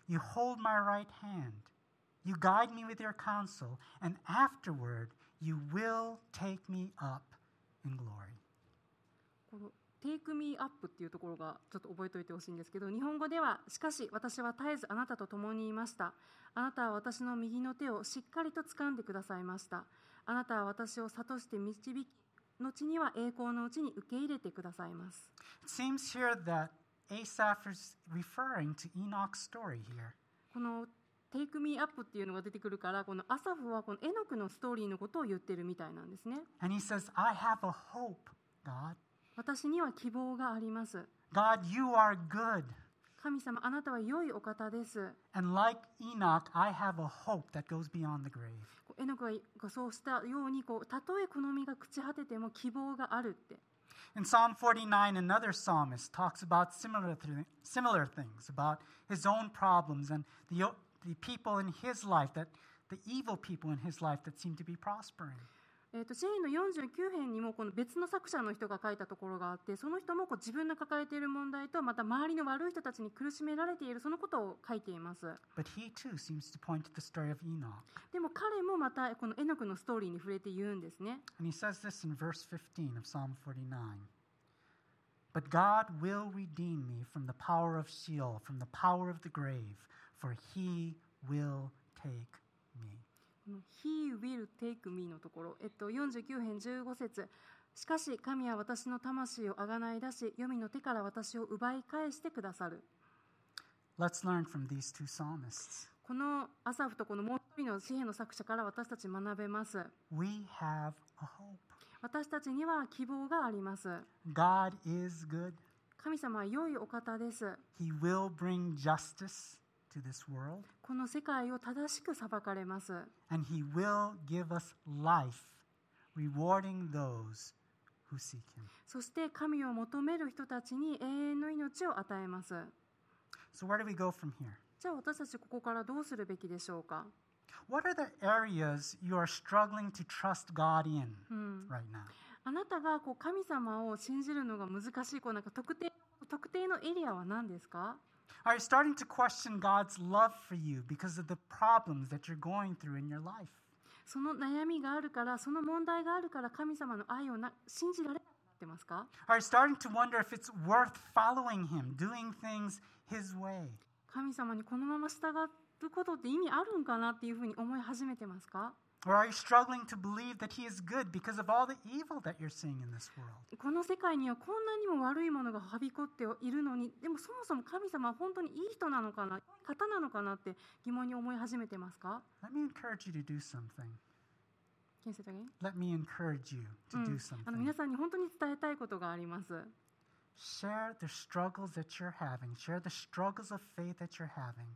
S1: You hold my right hand. You guide me with your counsel, and afterward you will take me up in glory.
S2: この Take me up っていうところがちょっと覚えておいてほしいんですけど、日本語では、しかし私は絶えずあなたと共にいました。あなたは私の右の手をしっかりと掴んでくださいました。あなたは私を諭して導き、後には栄光のうちに受け入れてくださいます。
S1: It seems here that Asaph is referring to Enoch's story here.
S2: この Take me up っていうのが出てくるから、このアサフはこのエノクのストーリーのことを言ってるみたいなんですね。
S1: And he says, I have a hope, God.
S2: 私には希望があります。
S1: God, you are good.
S2: 神様あなたは良いお方です。
S1: And like Enoch, I have a hope that goes beyond the grave.
S2: こうエノクがそうしたようにこうたとえこの身が朽ち果てても希望があるって
S1: In Psalm 49, another psalmist talks about similar, th- similar things, about his own problems and the, o- the people in his life, that the evil people in his life that seem to be prospering.
S2: えー、とシェインの49編にもこの別の作者の人が書いたところがあってその人もこう自分の抱えている問題とまた周りの悪い人たちに苦しめられているそのことを書いています
S1: But he too seems to point to the story of Enoch.
S2: でも彼もまたこのエノクのストーリーに触れて言うんですね
S1: And he says this in verse 15 of Psalm 49 But God will redeem me from the power of Sheol, from the power of the grave, for he will take me.
S2: この He will take me のところ、えっと、49編15節しかし神は私の魂をあがない出し黄泉の手から私を奪い返してくださる
S1: Let's learn from these two psalmists.
S2: このアサフとこのもう一人の詩篇の作者から私たち学べます
S1: We have a hope.
S2: 私たちには希望があります
S1: God is good.
S2: 神様は良いお方です
S1: He will bring justice to this world,
S2: この世界を正しく裁かれます
S1: and He will give us life, rewarding those who seek Him.
S2: そして神を求める人たちに永遠の命を与えます
S1: So, where do we go from here?
S2: じゃあ私たちここからどうするべきでしょうか
S1: What are the areas you are struggling to trust God in right now?
S2: あなたがこう神様を信じるのが難しいこうなんか特定特定のエリアは何ですか
S1: Are you starting to question God's love for you because of the problems that you're going through in your life?
S2: その悩みがあるからその問題があるから神様の愛をな信じられなくなってますか
S1: Are you starting to wonder if it's worth following Him, doing things His way?
S2: 神様にこのまま従うことって意味あるんかなっていうふうに思い始めてますか
S1: Or are you struggling to believe that He is good because of all the evil that you're seeing in this world?
S2: この世界にはこんなにも悪いものがはびこっているのにでもそもそも神様は本当にいい人なのかな良い方なのかなって疑問に思い始めてますか
S1: Let me encourage you to do something.
S2: Can you say it again?
S1: Let me encourage you to
S2: う
S1: do
S2: んあの皆
S1: something.
S2: さんに本当に伝えたいことがあります
S1: Share the struggles that you're having, share the struggles of faith that you're having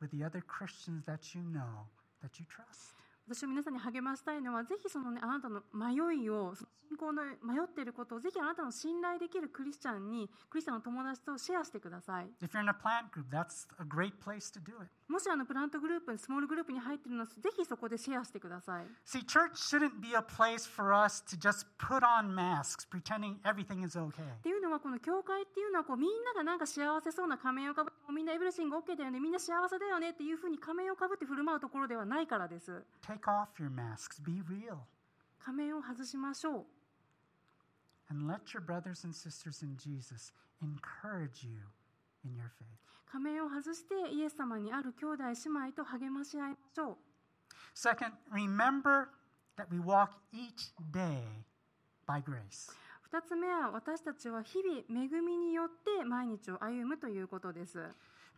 S1: with the other Christians that you know that you trust.
S2: 私を皆さんに励ましたいのはぜひその、ね、あなたの迷いをその信仰の迷っていることをぜひあなたの信頼できるクリスチャンにクリスチャンの友達とシェアしてください
S1: If you're in a plant group, that's a great place to do it.
S2: もしあのプラントグループスモールグループに入っているのはぜひそこでシェアしてください
S1: See, church shouldn't be a place for us to just put on masks, pretending everything is okay.
S2: っていうのはこの教会っていうのはこうみんながなんか幸せそうな仮面をかぶってみんなエブリシング OK だよねみんな幸せだよねっていうふうに仮面をかぶって振る舞うところではないからです
S1: Take off your masks, be real,
S2: 仮面を外しましょう
S1: and let your brothers and sisters in Jesus encourage you in your faith.
S2: 仮面を外してイエス様にある兄弟姉妹と励まし合いましょう
S1: Second, remember that we walk each day by grace.
S2: 2つ目は私たちは日々恵みによって毎日を歩むということです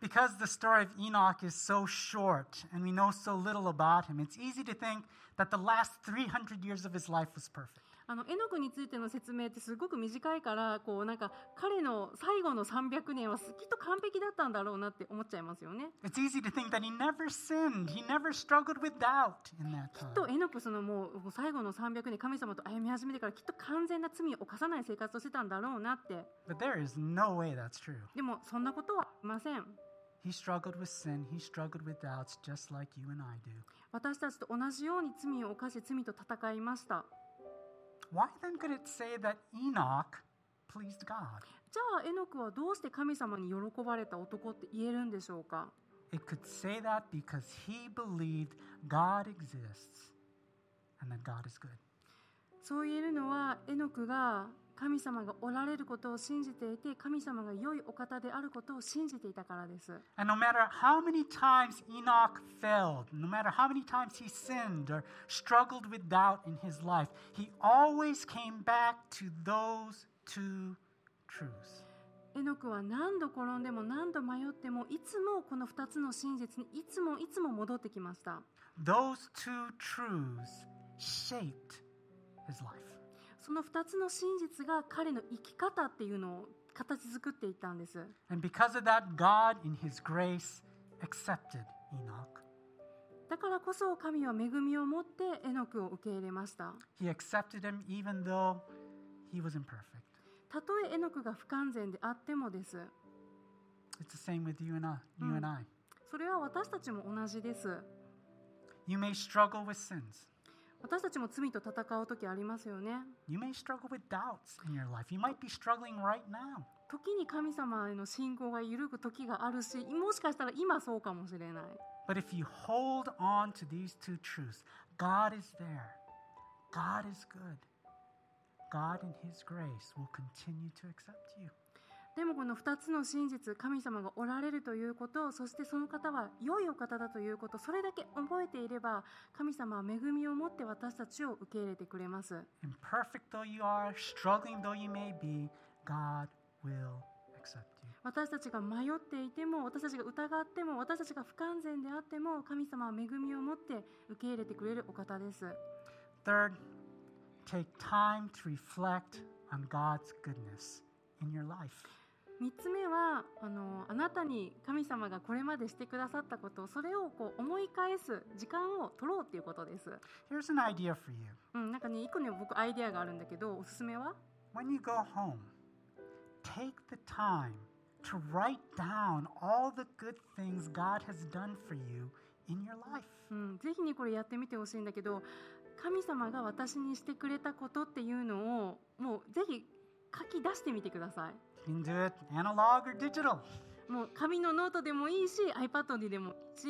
S1: Because the story of Enoch is so short and we know so little about him, it's easy to think that the last 300 years of his life was perfect.
S2: あのエノクについての説明ってすごく短いからこうなんか彼の最後の300年はきっと完璧だったんだろうなって思っちゃいますよね
S1: It's easy to think that he never sinned, he never struggled with doubt in that
S2: きっと
S1: time.
S2: エノクそのもう最後の300年神様と歩み始めてからきっと完全な罪を犯さない生活をしてたんだろうなって
S1: But there is no way that's true.
S2: でもそんなことはありません
S1: He struggled with sin, he struggled with doubts just like you and I do.
S2: 私たちと同じように罪を犯し罪と戦いました
S1: Why then could it say that Enoch pleased God?
S2: じゃあエノクはどうして神様に喜ばれた男って言えるんでしょうか
S1: It could say that because he believed God exists and that God is good.
S2: そう言えるのはエノクが神様がおられることを信じていて神様が良いお方であることを信じていたからです
S1: And no matter how many times Enoch failed, no matter how many times he sinned or struggled with doubt in his life, he always came back to those two truths.
S2: エノクは何度転んでも何度迷ってもいつもこの2つの真実にいつもいつも戻ってきました
S1: Those two truths shaped his life.
S2: その2つの真実が彼の生き方っていうのを形作っていったんです
S1: And because of that, God, in his grace, accepted Enoch.
S2: だからこそ神は恵みを持ってエノクを受け入れました
S1: He accepted him even though he was imperfect.
S2: たとえエノクが不完全であってもです。
S1: It's the same with you and I. You and I.
S2: それは私たちも同じです。
S1: You may struggle with sins.
S2: 私たちも罪と戦う時ありますよね。
S1: You may struggle with doubts in your life. You might be struggling right now.
S2: 時に神様への信仰が揺るぐ時があるし、もしかしたら今そうかもしれない。
S1: But if you hold on to these two truths, God is there. God is good. God in his grace will continue to accept you.
S2: でもこの2つの真実、神様がおられるということ、そしてその方は良いお方だということ、それだけ覚えていれば、神様は恵みを持って私たちを受け入れてくれます。
S1: Imperfect though you are, struggling though you may be, God will accept you.
S2: 私たちが迷っていても私たちが疑っても私たちが不完全であっても神様は恵みを持って受け入れてくれるお方です
S1: Third, take time to reflect on God's goodness in your life.
S2: 3つ目はあのあなたに神様がこれまでしてくださったことそれをこう思い返す時間を取ろうっていうことです、
S1: Here's an idea for you.
S2: うん、なんかね一個ね僕アイデアがあるんだけどおすすめは
S1: When you go home, take the time to write down all the good things God has done for you in your life.
S2: うん、ぜひにこれやってみてほしいんだけど神様が私にしてくれたことっていうのをもうぜひ書き出してみてください
S1: You can do it analog or digital.
S2: もう紙のノートでもいいし iPad にでもいいし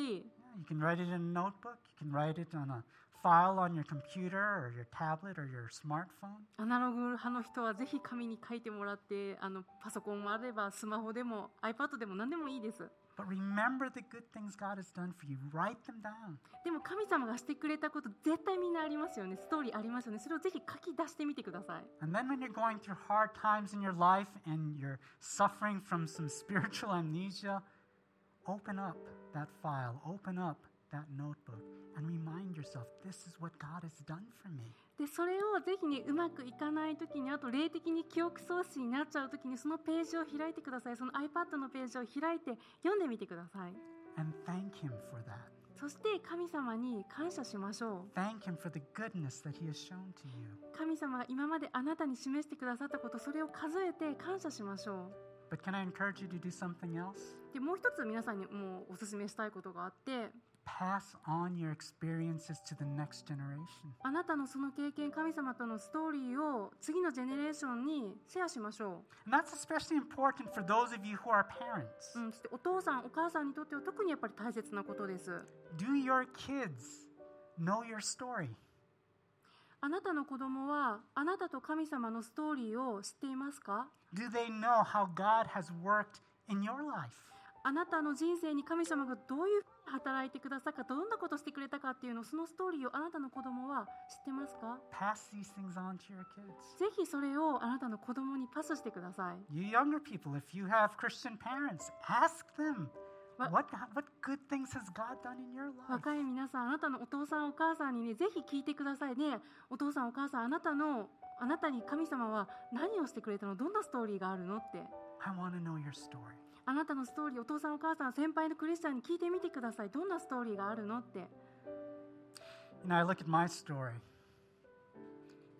S1: You can write it in a notebook, you can write it on a file on your computer or your tablet or your smartphone.
S2: アナログ派の人はぜひ紙に書いてもらってあのパソコンもあればスマホでも iPad でも何でもいいです
S1: But remember the good things God has done for you. Write them down.
S2: でも神様がしてくれたこと絶対みんなありますよねストーリーありますよねそれをぜひ書き出してみてください
S1: And then when you're going through hard times in your life and you're suffering from some spiritual amnesia, open up that file, open up that notebook, and remind yourself this is what God has done for me.
S2: でそれをぜひねうまくいかない時にあと霊的に記憶喪失になっちゃう時にそのページを開いてくださいその iPad のページを開いて読んでみてください
S1: And thank Him for that.
S2: そして神様に感謝しましょ
S1: Thank Him for the goodness that He has shown to you.
S2: う神様は今まであなたに示してくださったことそれを数えて感謝しましょ
S1: But can I encourage you to do something else?
S2: うでもう一つ皆さんにもうお勧めしたいことがあって
S1: Pass on your experiences to the next generation.
S2: あなたのその経験神様とのストーリーを次のジェネレーションにシェアしましょ
S1: And that's especially important for those of you who are parents.
S2: う、うん、そしてお父さんお母さんにとっては特にやっぱり大切なことです
S1: Do your kids know your story?
S2: あなたの子供はあなたと神様のストーリーを知っていますか
S1: Do they know how God has worked in your life?
S2: あなたの人生に神様がどういうふうに働いてくださったかどんなことしてくれたかっていうのそのストーリーをあなたの子供は知ってますか
S1: Pass these things on to your kids.
S2: ぜひそれをあなたの子供にパスしてください
S1: You younger people, if you have Christian parents, ask them
S2: What-
S1: what, what good things has God done in your
S2: 若
S1: life?
S2: い皆さんあなたのお父さんお母さんにねぜひ聞いてくださいねお父さんお母さんあなたのあなたに神様は何をしてくれたのどんなストーリーがあるのって
S1: I want to know your story.
S2: あなたのストーリーお父さんお母さん先輩のクリスチャンに聞いてみてくださいどんなストーリーがあるのって
S1: You know, I look at my story.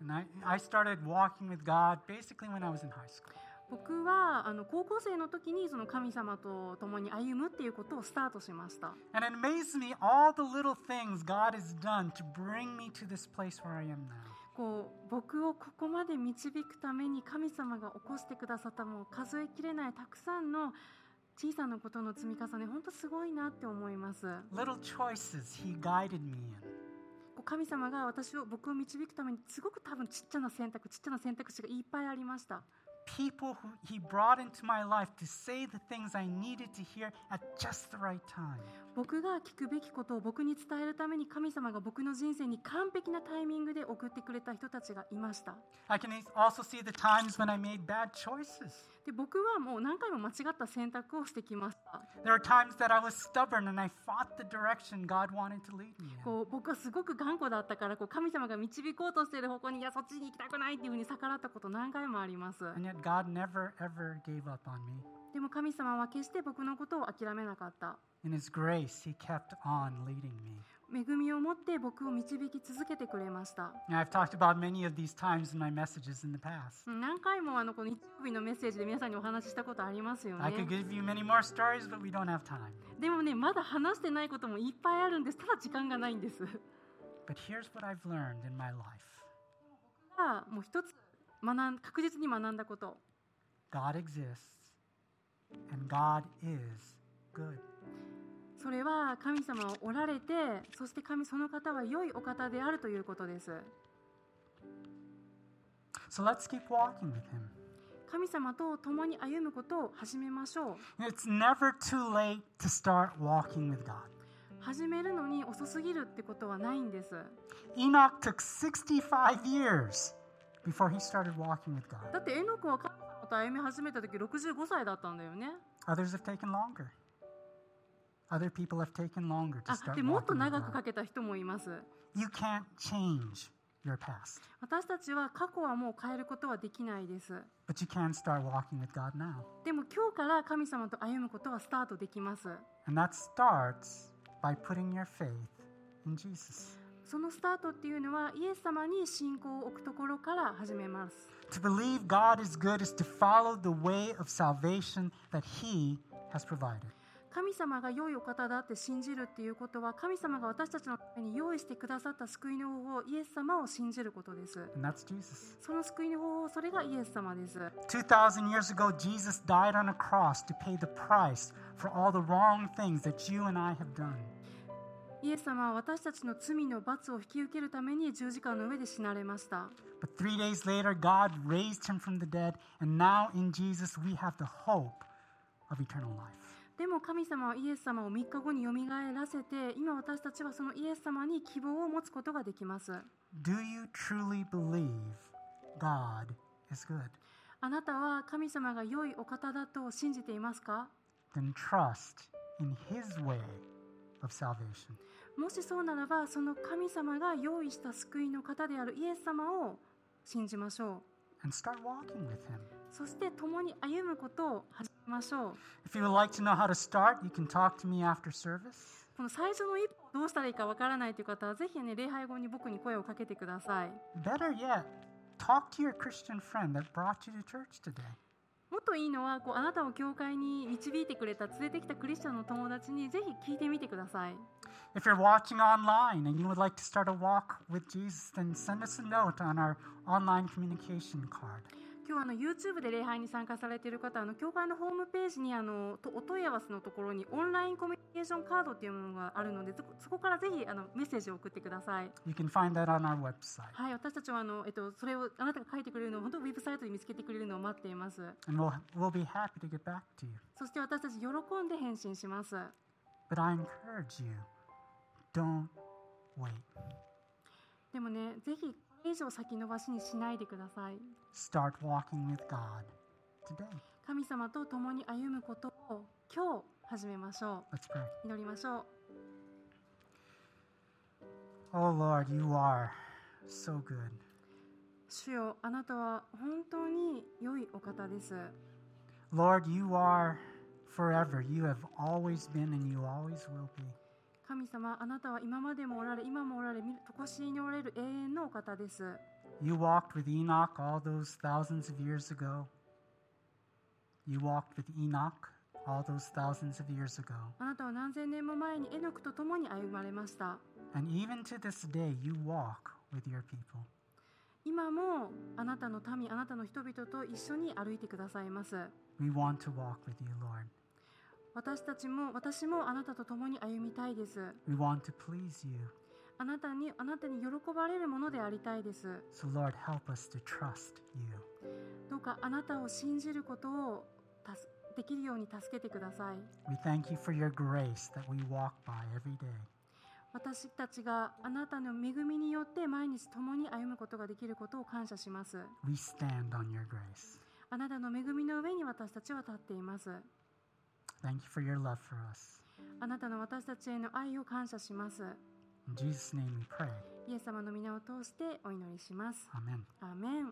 S1: And I, I started walking with God basically when I was in high school.
S2: 僕はあの高校生の時にその神様と共に歩むっていうことをスタートしました
S1: And it amazed me all the little things God has done to bring me to this place where I am now.
S2: こう僕をここまで導くために神様が起こしてくださったもう数えきれないたくさんの小さなことの積み重ね本当すごいなって思いますこ
S1: Little choices He guided me in.
S2: う神様が私を僕を導くためにすごく多分ちっちゃな選択ちっちゃな選択肢がいっぱいありました
S1: People who He brought into my life to say the things I needed to hear at just the right time.
S2: 僕が聞くべきことを僕に伝えるために神様が僕の人生に完璧なタイミングで送ってくれた人たちがいました
S1: I can e- also see the times when I made bad choices.
S2: で僕はもう何回も間違った選択をしてきました
S1: There are times that I was stubborn and I fought the direction God wanted to lead me in.
S2: こう僕はすごく頑固だったからこう神様が導こうとしている方向にいやそっちに行きたくないっていうふうに逆らったこと何回もあります
S1: And yet God never ever gave up on me.
S2: でも神様は決して僕のことを諦めなかった
S1: In His grace, He kept on leading me.
S2: 恵みを持って僕を導き続けてくれました
S1: Now, I've talked about many of these times in my messages in the past.
S2: うん何回もあのこの日曜日のメッセージで皆さんにお話ししたことありますよ
S1: I could
S2: ね
S1: give you many more stories, but we don't have time.
S2: でもねまだ話してないこともいっぱいあるんですただ時間がないんです
S1: But here's what I've learned in my life
S2: がもう一つ学ん確実に学んだこと
S1: God exists, and God is good.
S2: それは神様はおられてそして神その方は良いお方であるということです
S1: So let's keep walking with Him.
S2: 神様と共に歩むことを始めましょう
S1: It's never too late to start walking with God.
S2: 始めるのに遅すぎるってことはないんです
S1: Enoch took 65 years before he started walking with God.
S2: だってエノクは神様と歩み始めた時65歳だったんだよね
S1: Others have taken longer. Other people have taken longer to
S2: あ
S1: start
S2: で
S1: walking
S2: もっ
S1: with
S2: と長く
S1: God.
S2: かけた人もいます
S1: You can't change your past,
S2: 私たちは過去はもう変えることはできないです
S1: but you can start walking with God now.
S2: でも今日から神様と歩むことはスタートできます
S1: And that starts by putting your faith in Jesus.
S2: そのスタートっていうのはイエス様に信仰を置くところから始めます
S1: To believe God is good is to follow the way of salvation that He has provided.
S2: 神様が良いお方だって信じるっていうことは神様が私たちのために用意してくださった救いの方法イエス様を信じることです
S1: And that's Jesus.
S2: その救いの方法それがイエス様です
S1: 2,000 years ago, Jesus died on a cross to pay the price for all the wrong things that you and I have done.
S2: イエス様は私たちの罪の罰を引き受けるために十字架の上で死なれました
S1: But three days later, God raised him from the dead, and now in Jesus, we have the hope of eternal life.
S2: でも神様はイエス様を3日後によみがえらせて今私たちはそのイエス様に希望を持つことができます
S1: Do you truly believe God is good?
S2: あなたは神様が良いお方だと信じていますか
S1: Then trust in His way of salvation.
S2: もしそうならばその神様が用意した救いの方であるイエス様を信じましょ
S1: and start walking with Him.
S2: うそして共に歩むことを始めましょう
S1: If you would like to know how to start, you can talk to me after service.
S2: この最初の一歩どうしたらいいかわからないという方はぜひね礼拝後に僕に声をかけてください
S1: Better yet, talk to your Christian friend that brought you to church today.
S2: もっといいのはこうあなたを教会に導いてくれた連れてきたクリスチャンの友達にぜひ聞いてみてください
S1: If you're watching online and you would like to start a walk with Jesus, then send us a note on our online communication card.
S2: 今日あの YouTube で礼拝に参加されている方あの教会のホームページにあのとお問い合わせのところにオンラインコミュニケーションカードっていうものがあるのでそこそこからぜひあのメッセージを送ってください
S1: You can find that on our website.
S2: はい私たちはあの、えっと、それをあなたが書いてくれるのを本当ウェブサイトで見つけてくれるのを待っています
S1: And we'll, we'll be happy to get back to you.
S2: そして私たち喜んで返信します
S1: But I encourage you don't wait.
S2: でもねぜひこれ以上先延ばしにしないでください
S1: Start walking with God today.
S2: 神様と共に歩むことを今日始めましょ
S1: Let's pray.
S2: う祈りましょう
S1: Oh Lord, you are so good.
S2: 主よあなたは本当に良いお方です
S1: Lord, you are forever. You have always been and you always will be.
S2: 神様あなたは今までもおられ今もおられみ常しにおられる永遠のお方です
S1: You walked with Enoch all those thousands of years ago. You walked with Enoch all those thousands of years ago.
S2: あなたは何千年も前にエノクと共に歩まれました
S1: And even to this day, you walk with your people.
S2: 今もあなたの民あなたの人々と一緒に歩いてくださいます
S1: We want to walk with you, Lord.
S2: 私たちも私もあなたと共に歩みたいです
S1: We want to please you.
S2: あなたにあなたに喜ばれるものでありたいです
S1: So, Lord, help us to trust you.
S2: どうかあなたを信じることをたすできるように助けてください
S1: We thank you for your grace that we walk by every day.
S2: 私たちがあなたの恵みによって毎日共に歩むことができることを感謝します
S1: We stand on your grace.
S2: あなたの恵みの上に私たちは立っています。
S1: Thank you for your love for us.
S2: あなたの私たちへの愛を感謝します。
S1: In Jesus' name we pray.
S2: イエス様の皆を通してお祈りします。
S1: Amen.
S2: アーメン。